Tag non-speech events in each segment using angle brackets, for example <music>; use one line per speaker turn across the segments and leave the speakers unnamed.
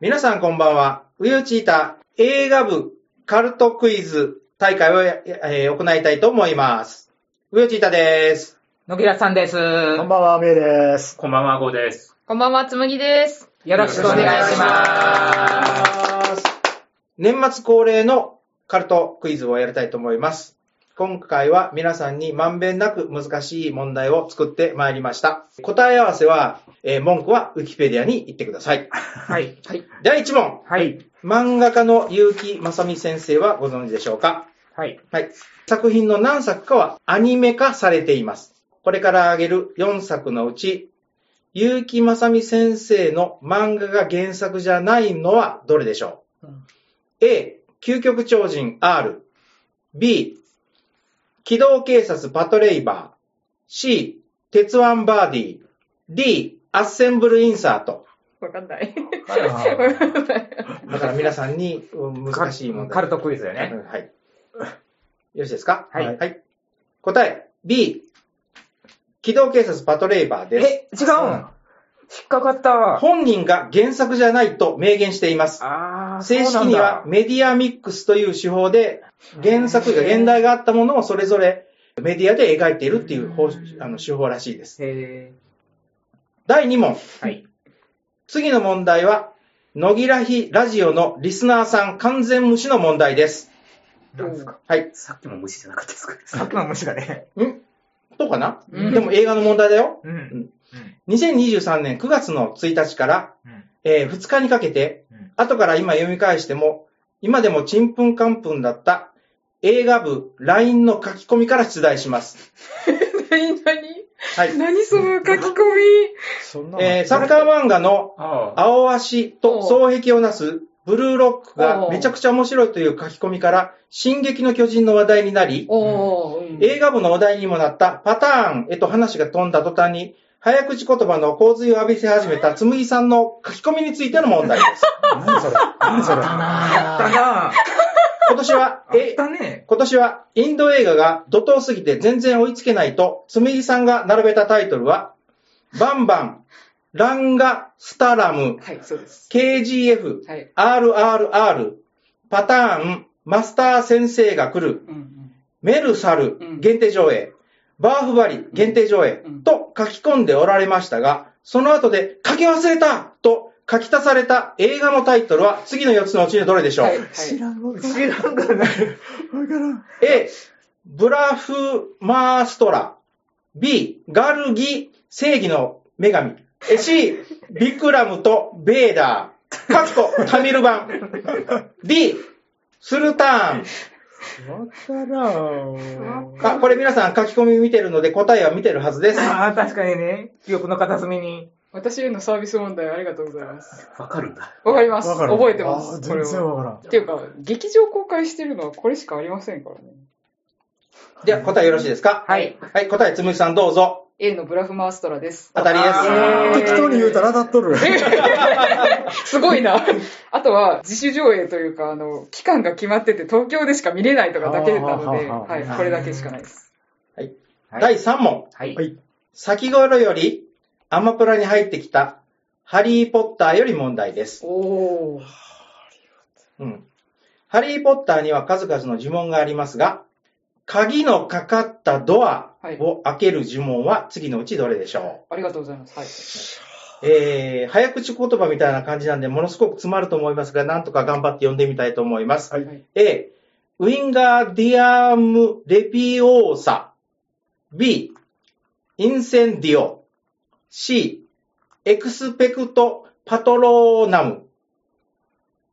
皆さんこんばんは。ウユチータ映画部カルトクイズ大会をや、えー行いたいと思います。ウユチータです。
野木らさんです。
こんばんは、めいです。
こんばんは、ゴーです。
こんばんは、つむぎです。
よろしくお願いします。
年末恒例のカルトクイズをやりたいと思います。今回は皆さんにまんべんなく難しい問題を作ってまいりました。答え合わせは、えー文句はウィキペディアに言ってください。
はい。はい。
第1問。
はい。
漫画家の結城正美先生はご存知でしょうか
はい。
はい。作品の何作かはアニメ化されています。これから挙げる4作のうち、結城正美先生の漫画が原作じゃないのはどれでしょう、?A、究極超人 R。B、機動警察パトレイバー。C、鉄腕バーディー。D、アッセンブルインサート。
わかんない。
はい
だから皆さんにうん難しい問題。
カルトクイズよね。
うんはい。よ <laughs> ろしいですか
はい
答え、B、機動警察パトレイバーです。
え、違うん引っかかった。
本人が原作じゃないと明言しています。
あー、
正式には
そうなんだ
メディアミックスという手法で、原作が現代があったものをそれぞれメディアで描いているっていう方あの手法らしいです。
へ
第2問。
ー。はい。
次の問題は、野木らひラジオのリスナーさん完全無視の問題です。
なんですか
はい。
さっきも無視じゃなかったですか
さっきの虫だね。
んどうかな、
うん
でも映画の問題だよ。
うん。うん。
2023年9月の1日から、
うん
えー2日にかけて、
うん
後から今読み返しても、今でもちんぷんかんぷんだった映画部 LINE の書き込みから出題します。
何何
はい。
何その書き込み。
そんなの
えーサッカー漫画の
ああ。
青足と双璧をなすブルーロックが
おう
めちゃくちゃ面白いという書き込みから、進撃の巨人の話題になり、
おー。
映画部のお題にもなったパターンへと話が飛んだ途端に、早口言葉の洪水を浴びせ始めたつむぎさんの書き込みについての問題です。
何それ何それ
あったなあ
今年は、え
っ、たね。
今年はインド映画が怒涛すぎて全然追いつけないと、つむぎさんが並べたタイトルは、バンバン、ランガ、スタラム、
はい、そうです。
KGF、
はい。
RRR、パターン、マスター先生が来る、
うんうん。
メルサル
うん
限定上映、バーフバリ限定上映
うん
と書き込んでおられましたが、その後で書き忘れたと書き足された映画のタイトルは次の4つのうちにどれでしょう、
はい。はい
知らんもん、知らんがない。わからん。
A、ブラフマーストラ。B、ガルギ、正義の女神。え C、ビクラムとベーダー。カッコ、タミル版。D、スルターン。
わからん。
あ、これ皆さん書き込み見てるので答えは見てるはずです。
ああ、確かにね。記憶の片隅に。
私へのサービス問題ありがとうございます。
わかるんだ。
わかります。
わからん
覚えてます
あ。
これ
全然
は。
わからん。
っていうか、劇場公開してるのはこれしかありませんからね。
では答えよろしいですか
はい。
はい、答えつむぎさんどうぞ。
A のブラフマーストラです。
当たり
あ
で
ー
適当に言うたら当たっとる。
<laughs> すごいな。あとは、自主上映というか、あの、期間が決まってて東京でしか見れないとかだけなので、
あー
はい、これだけしかないです。
す。第3問。
はい。
はい。
先頃よりアマプラに入ってきたハリーポッターより問題です。
おー。
うん。ハリー・ポッターには数々の呪文がありますが、鍵のかかったドアを開ける呪文は次のうちどれでしょ
ありがとうございます。はい。
う、えー、早口言葉みたいな感じなんで、ものすごく詰まると思いますが、なんとか頑張って読んでみたいと思います。
はい
A、ウィンガーディアム・レピオーサ。B、インセンディオ。C、エクスペクト・パトローナム。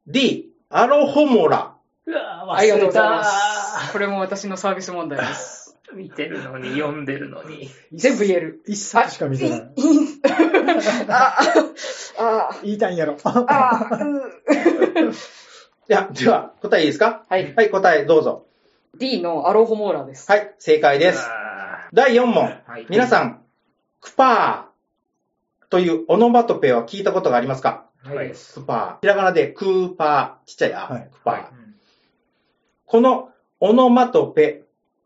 D、アロホモラ。
うわ
ありがとうございます。これも私のサービス問題です。
見てるのに、読んでるのに。
全部言える。
一冊しか見てない。
あ、あ、
言いたいんやろ。
あ、あ、う
いや、では、答えいいですか
はい。
はい、答えどうぞ。
D のアロホモーラです。
はい、正解で
う
す。
わ
第4問。
ーはい
皆さん、クパーというオノマトペは聞いたことがありますか
はい。
クパー。ひらがなでクーパー、ちっちゃいあ、
はい
クパー。
はい
このオノマトペ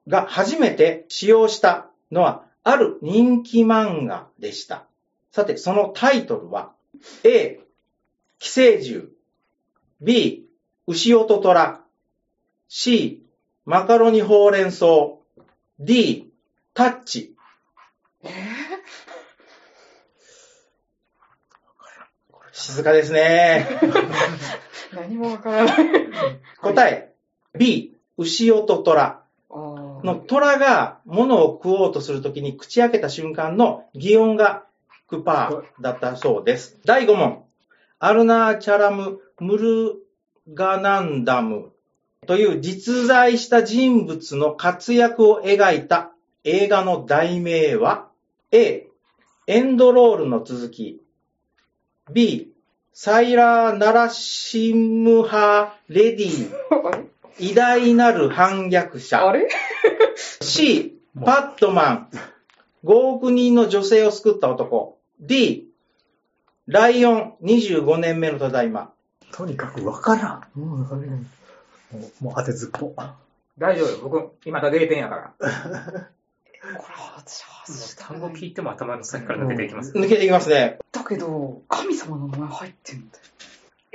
が初めて使用したのは、ある人気漫画でした。さて、そのタイトルは、A、寄生獣。B、牛音虎。C、マカロニほうれん草。D、タッチ。静かですね。
何もわからない。
答え、B、牛音虎。
あー
の虎が物を食おうとするときに口開けた瞬間の擬音がクパーだったそうです。第5問。アルナーチャラム・ムルガナンダムという実在した人物の活躍を描いた映画の題名は A、エンドロールの続き B、サイラー・ナラシムハ・レディ、偉大なる反逆者。
あれ
C、パットマン。5億人の女性を救った男。D、ライオン25年目のただいま。
とにかくわからん。もうわからんもうもう当てずっぽ。
大丈夫。僕、今だ0点やから。
これ私は
単
外
語聞いても頭の先から抜けていきます。
抜けていきますね。
だけど、神様の名前入ってんだよ。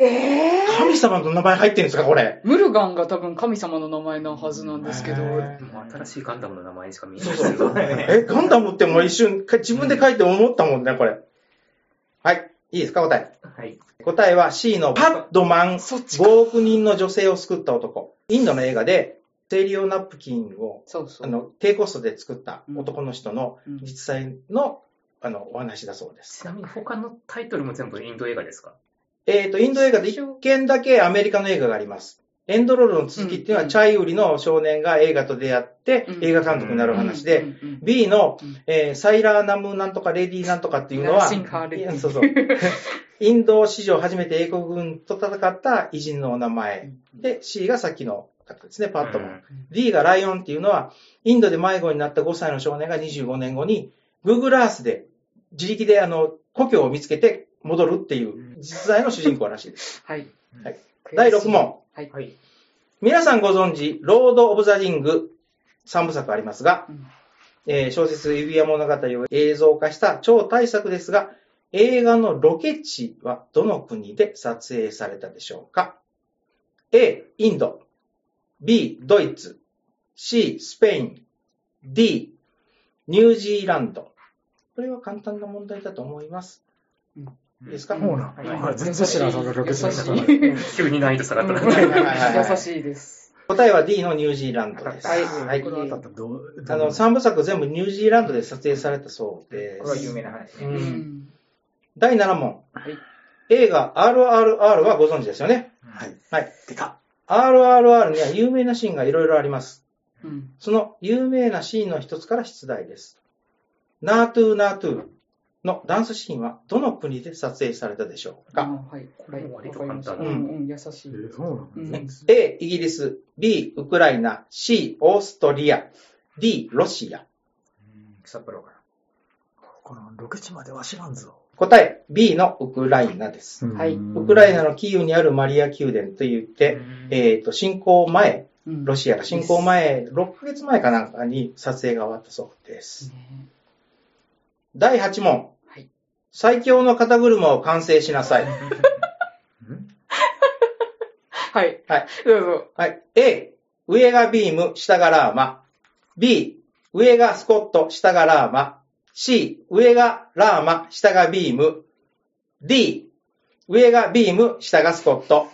えー
神様の名前入ってるんですか、これ。
ムルガンが多分神様の名前なはずなんですけど、
へ
もう新しいガンダムの名前しか見えない。
え、ガンダムってもう一瞬、か自分で書いて思ったもんね、これ。はい。いいですか、答え。
はい。
答えは C のパッドマン
そっち
5億人の女性を救った男。インドの映画で、生理用ナプキンを
そうそ
あ
う。
の低コストで作った男の人の
うん
実際の,、あのお話だそうです。
ちなみに他のタイトルも全部インド映画ですか
えっ、と、インド映画で1件だけアメリカの映画があります。エンドロールの続きっていうのは、
うん
チャイウリの少年が映画と出会って、
うん
映画監督になる話で、
うんうんうん
B の、
うん
えーサイラーナムなんとかレディーなんとかっていうのは、
ナシンハーレディ
いやそうそうインド史上初めて英国軍と戦った偉人のお名前。で、C がさっきの方ですね、パットマン。
うん
D がライオンっていうのは、インドで迷子になった5歳の少年が25年後に、Google Earth で自力であの、故郷を見つけて戻るっていう、実在の主人公らしいです。
<laughs> はい。
はい
悔しい
第6。問。
はい。
はい。
皆さんご存知、ロード・オブ・ザ・リング3部作ありますが、
うん
えー小説指輪物語を映像化した超大作ですが、映画のロケ地はどの国で撮影されたでしょうか ?A、インド。B、ドイツ。C、スペイン。D、ニュージーランド。これは簡単な問題だと思います。
うん
いいですか、
もうな。
はい
全然知らん、そのロケ地の名前
優しい
急に難易度下がったな。
はいはいはいはい
<laughs> 優しいです。
答えは D のニュージーランドです。
はい
はい
こ。れ当たったらどう
あの、3部作全部ニュージーランドで撮影されたそうで
これは有
す。
名な話
う、
ね。
うんん。
第7問。
はい
映画 RRR はご存知ですよね。
はい。
はい。
出た。
RRR には有名なシーンがいろいろあります。
うん。
その有名なシーンの一つから出題です。ナートゥーナートゥーのダンスシーンはどの国で撮影されたでしょう
あ
か、
はい。これ、
もう割と
わかりました
簡
単
うんうん、優し
え
い。
ー、そうなんだ。
?A、イギリス。B、ウクライナ。C、オーストリア。D、ロシア。
札幌から。
このロケ地までは知らんぞ。
答え、B のウクライナです。
はい
ウクライナ
の。
のキーウにあるマリア宮殿といって、
うん
えっ、と、侵攻前、
うん
ロシアが侵攻。前、6ヶ月前かなんかに撮影が終わったそうです。
ね
第8問。
はい
最強の肩車を完成しな
<laughs>
さい。
はい。
はい。
どうぞ。
はい。A、上がビーム、下がラーマ。B、上がスコット、下がラーマ。C、上がラーマ、下がビーム。D、上がビーム、下がスコット。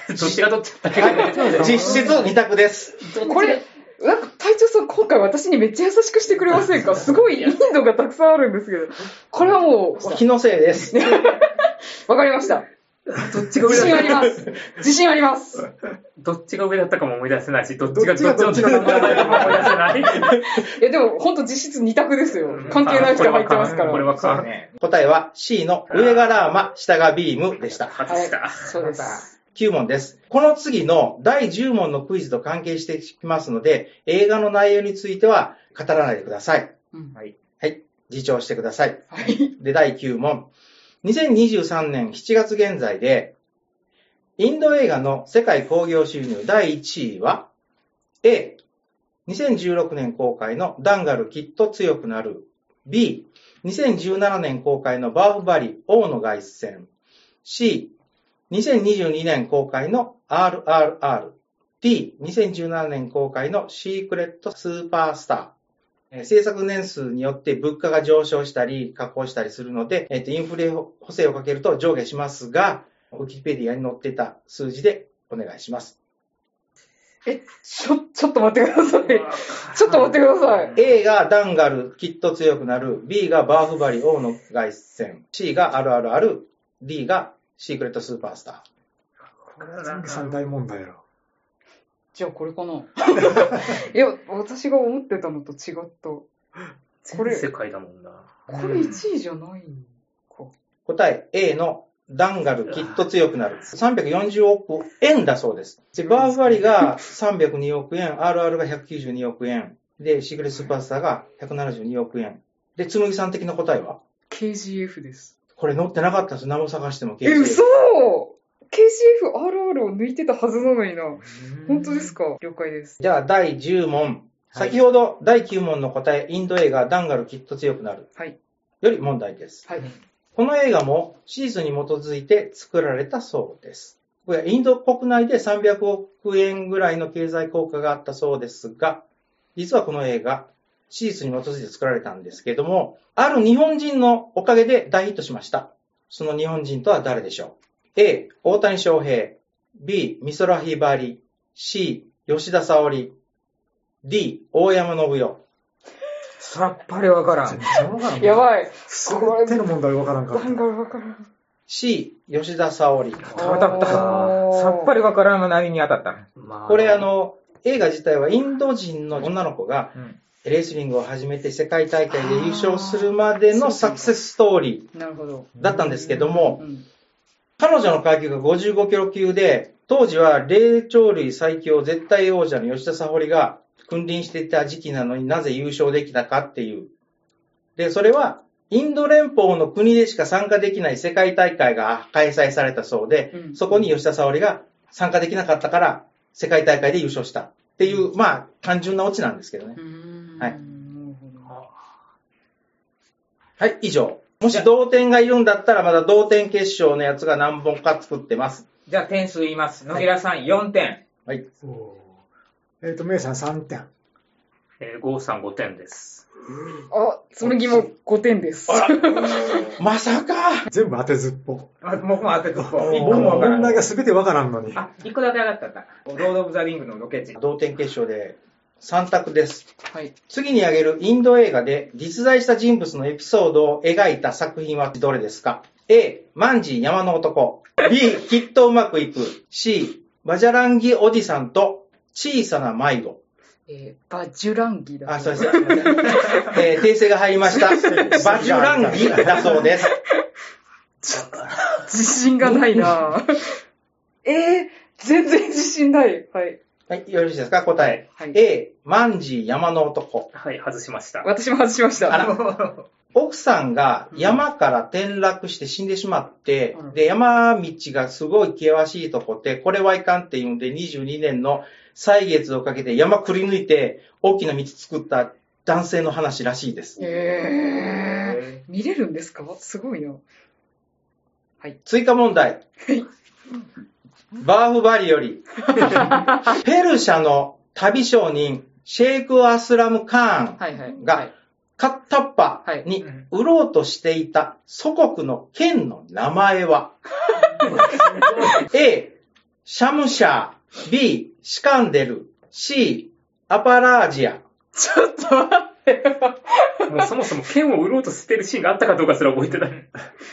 <laughs> どっちがどっちだった
は
っけ
い
<laughs>
実質2択です。
これ、なんか隊長さん今回私にめっちゃ優しくしてくれ
<laughs>
ませんかすごいインドがたくさんあるんですけど。これはも
気のせい
<laughs>
です。
う、わかりました。
どっちが上
自信あり
だっ
ます。自信あります。
たどっちが上だったかも思い出せないし、どっちがど
ど
っ
っ
ち
ち
の
が
名前だったかも思い出せない。
いや、でも、ほんと実質2択ですよ。関係ない人入ってますか
これ
ら。
は
そうだ、
か
ね。
答えは C の上がラーマ、下がビームでした。
外した。
そうです。
9問です。この次の第10問のクイズと関係してきますので、映画の内容については語らないでください。
うん
はい。
はい。自重してください。
はい。
で、第9問。2023年7月現在で、インド映画の世界興行収入第1位は、A、2016年公開のダンガルきっと強くなる。B、2017年公開のバーフバリ王の凱旋。C、 2022年公開の RRR、D2017 年公開のシークレットスーパースター、えー制作年数によって物価が上昇したり、下降したりするので、えーとインフレ補正をかけると上下しますが、ウィキペディアに載ってた数字でお願いします。
ちょ、ちょっと待ってください。ちょっと待ってください。
A がダンガル、きっと強くなる。B がバーフバリ、王の凱旋。C があるあるある。D がシークレットスーパースタ
これは全部三大問題やろ。
じゃあこれかな。いや、私が思ってたのと違った。ここれ
全世界だもんな。
れ1位じゃないんか。
ー。答え A のダンガル、きっと強くなる。340億円だそうです。で、バーフバリが302億円、RR が192億円。で、シークレットスーパースターが172億円。で、つむぎさん的な答えは
KGF です。
これ載ってなかったんです何も探しても
え、
消えて
嘘 !KGFRR を抜いてたはずなのにな。本当ですか了解です。
じゃあ、第10問。先ほど、第9問の答え、インド映画、ダンガル、きっと強くなる。
はい。
より問題です。
はい。
この映画も史実に基づいて作られたそうです。これはインド国内で300億円ぐらいの経済効果があったそうですが、実はこの映画、史実に基づいて作られたんですけども、ある日本人のおかげで大ヒットしました。その日本人とは誰でしょう ?A、大谷翔平。B、美空ひばり。C、吉田沙織。D、大山信代。
さっぱりわから
全
ん。
然わからん。
やばい。
すごい。手の問題わからんか
ダン
ら。
ガルわからん。
C、吉田沙織。
当たった。さっぱりわからんが何に当たった。
ま
これあ、の、映画自体はインド人の女の子が
うん
レスリングを始めて世界大会で優勝するまでのサクセスストーリ
なるほど。
ーだったんですけども
う、ん。
彼女の階級が55キロ級で、当時は霊長類最強絶対王者の吉田沙保里が君臨していた時期なのになぜ優勝できたかっていう。で、それはインド連邦の国でしか参加できない世界大会が開催されたそうで、
うん
そこに吉田沙保里が参加できなかったから世界大会で優勝したっていう、まあ単純なオチなんですけどね
う。ーん
はい
なるほど
はい、以上。もし同点がいるんだったらまだ同点決勝のやつが何本か作ってます。
じゃあ点数言います。野平さん4点。
はい。
おーえっと、メイさん3点。
えー、5、3、5点です。
あ、その疑問5点です。
まさか
全部当てずっぽ。
あ僕も当てとこう。
も
一
う
個もわから
問
ん。
題が全てわからんのに。
あ、一個だけ上がったんだ。ロード・オブ・ザ・リングのロ <laughs> ケ地。
同点決勝で3択です。
はい。
次に挙げるインド映画で実在した人物のエピソードを描いた作品はどれですか ?A、マンジー山の男。B、きっとうまくいく。C、バジャランギおじさんと小さな迷子。
えー、バジュランギだ。
あ、そうです。 <laughs> えー訂正が入りま
<laughs>
した。バジュランギだそうです。
自信がないなえー、全然自信ない。はい。
はい、よろしいですか答え。
はい
A、マンジー山の男。
はい、外しました。
私も外しました。
あら、奥さんが山から転落して死んでしまって、
うん
で、山道がすごい険しいとこで、これはいかんっていうので、22年の歳月をかけて山くり抜いて、大きな道作った男性の話らしいです。
え
え
ー、見れるんですかすごいな。
追加問題。バーフバリよ
<laughs>
り、ペルシャの旅商人、シェイク・アスラム・カーン
いはい
が、カッタッパに売ろうとしていた祖国の県の名前は <laughs> ?A、シャムシャー、B、シカンデル、C、アパラージア。
ちょっと待って。
ーもうそもそも剣を売ろうとしてるシーンがあったかどうかすら覚えてない。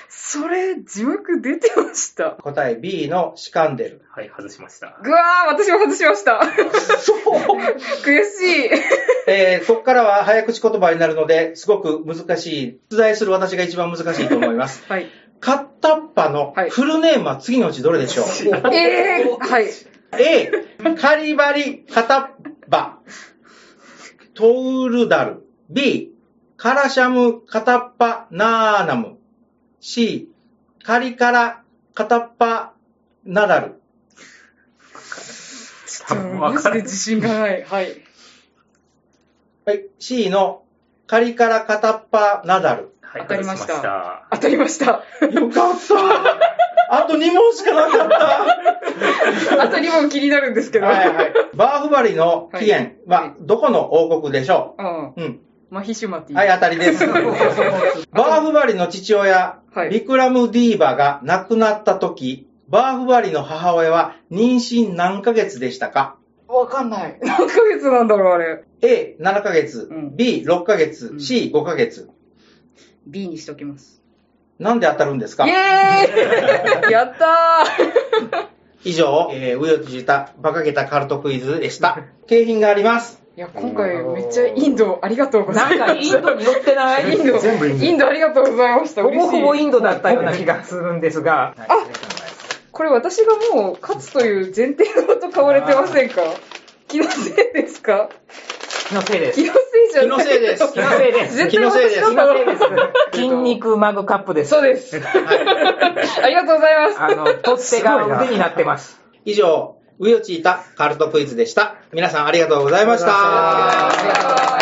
それ、字幕出てました。
答え B のシカンデル。
はい、外しました。
ぐわー、私も外しました。 <laughs> 悔しい。
<laughs> えー、ここからは早口言葉になるので、すごく難しい。出題する私が一番難しいと思います。
はい。
カッタッパのフルネームは次のうちどれでしょう、
えー、はい。
A、カリバリ、カタッパ、トウルダル。B、カラシャム、カタッパ、ナーナム。C、カリカラ、カタッパ、ナダル。
ちょっと、マジで自信がない。はい。
はい、C のカリカラ、カタッパ、ナダル。
はい
わかりました
わか
当たり
<laughs>
ました。
よかった。あと2問しかなかった。
あと2問気になるんですけど。
はいはい。バーフバリの起源は、
はい
どこの王国でしょ
うん。
ううん。
マヒシュマティ。
はい、当たり <laughs> です。バーフバリの父親、
はい
ビクラムディーバが亡くなった時、バーフバリの母親は妊娠何ヶ月でしたか
わかんない。何ヶ月なんだろう、あれ。
?A、7ヶ月、
うん
B、6ヶ月、
うん
C、5ヶ月。
B にしときます。
なんで当たるんです
イ
か
エ
<laughs>
ーイやった
以上、えー、うよじた、馬鹿げたカルトクイズでした。景品があります。
ーいや、今回めっちゃインドありがとうござ
ないん
ま
かインドに寄ってな
す。イ
い
ンド、
全部インド
インドありがとうございました。
<laughs> ほぼ
嬉し
ほ
い。
ぼインドだったような気がするんですが、
これ私がもう勝つという前提のこと買われてませんか気のせいですか
気のせいです
気。のせいじゃ
気
な
の
い
せいです。
気のせいです。
絶対私だっ
気
た
の
の
せいです。 <laughs> 筋肉マグカップです。
そうです。 <laughs> ありがとうございます。
あの、取っ手が腕になってます。
以上、ウヨチータカルトクイズでした。皆さんありがとうございまし。
ありがとうございましたた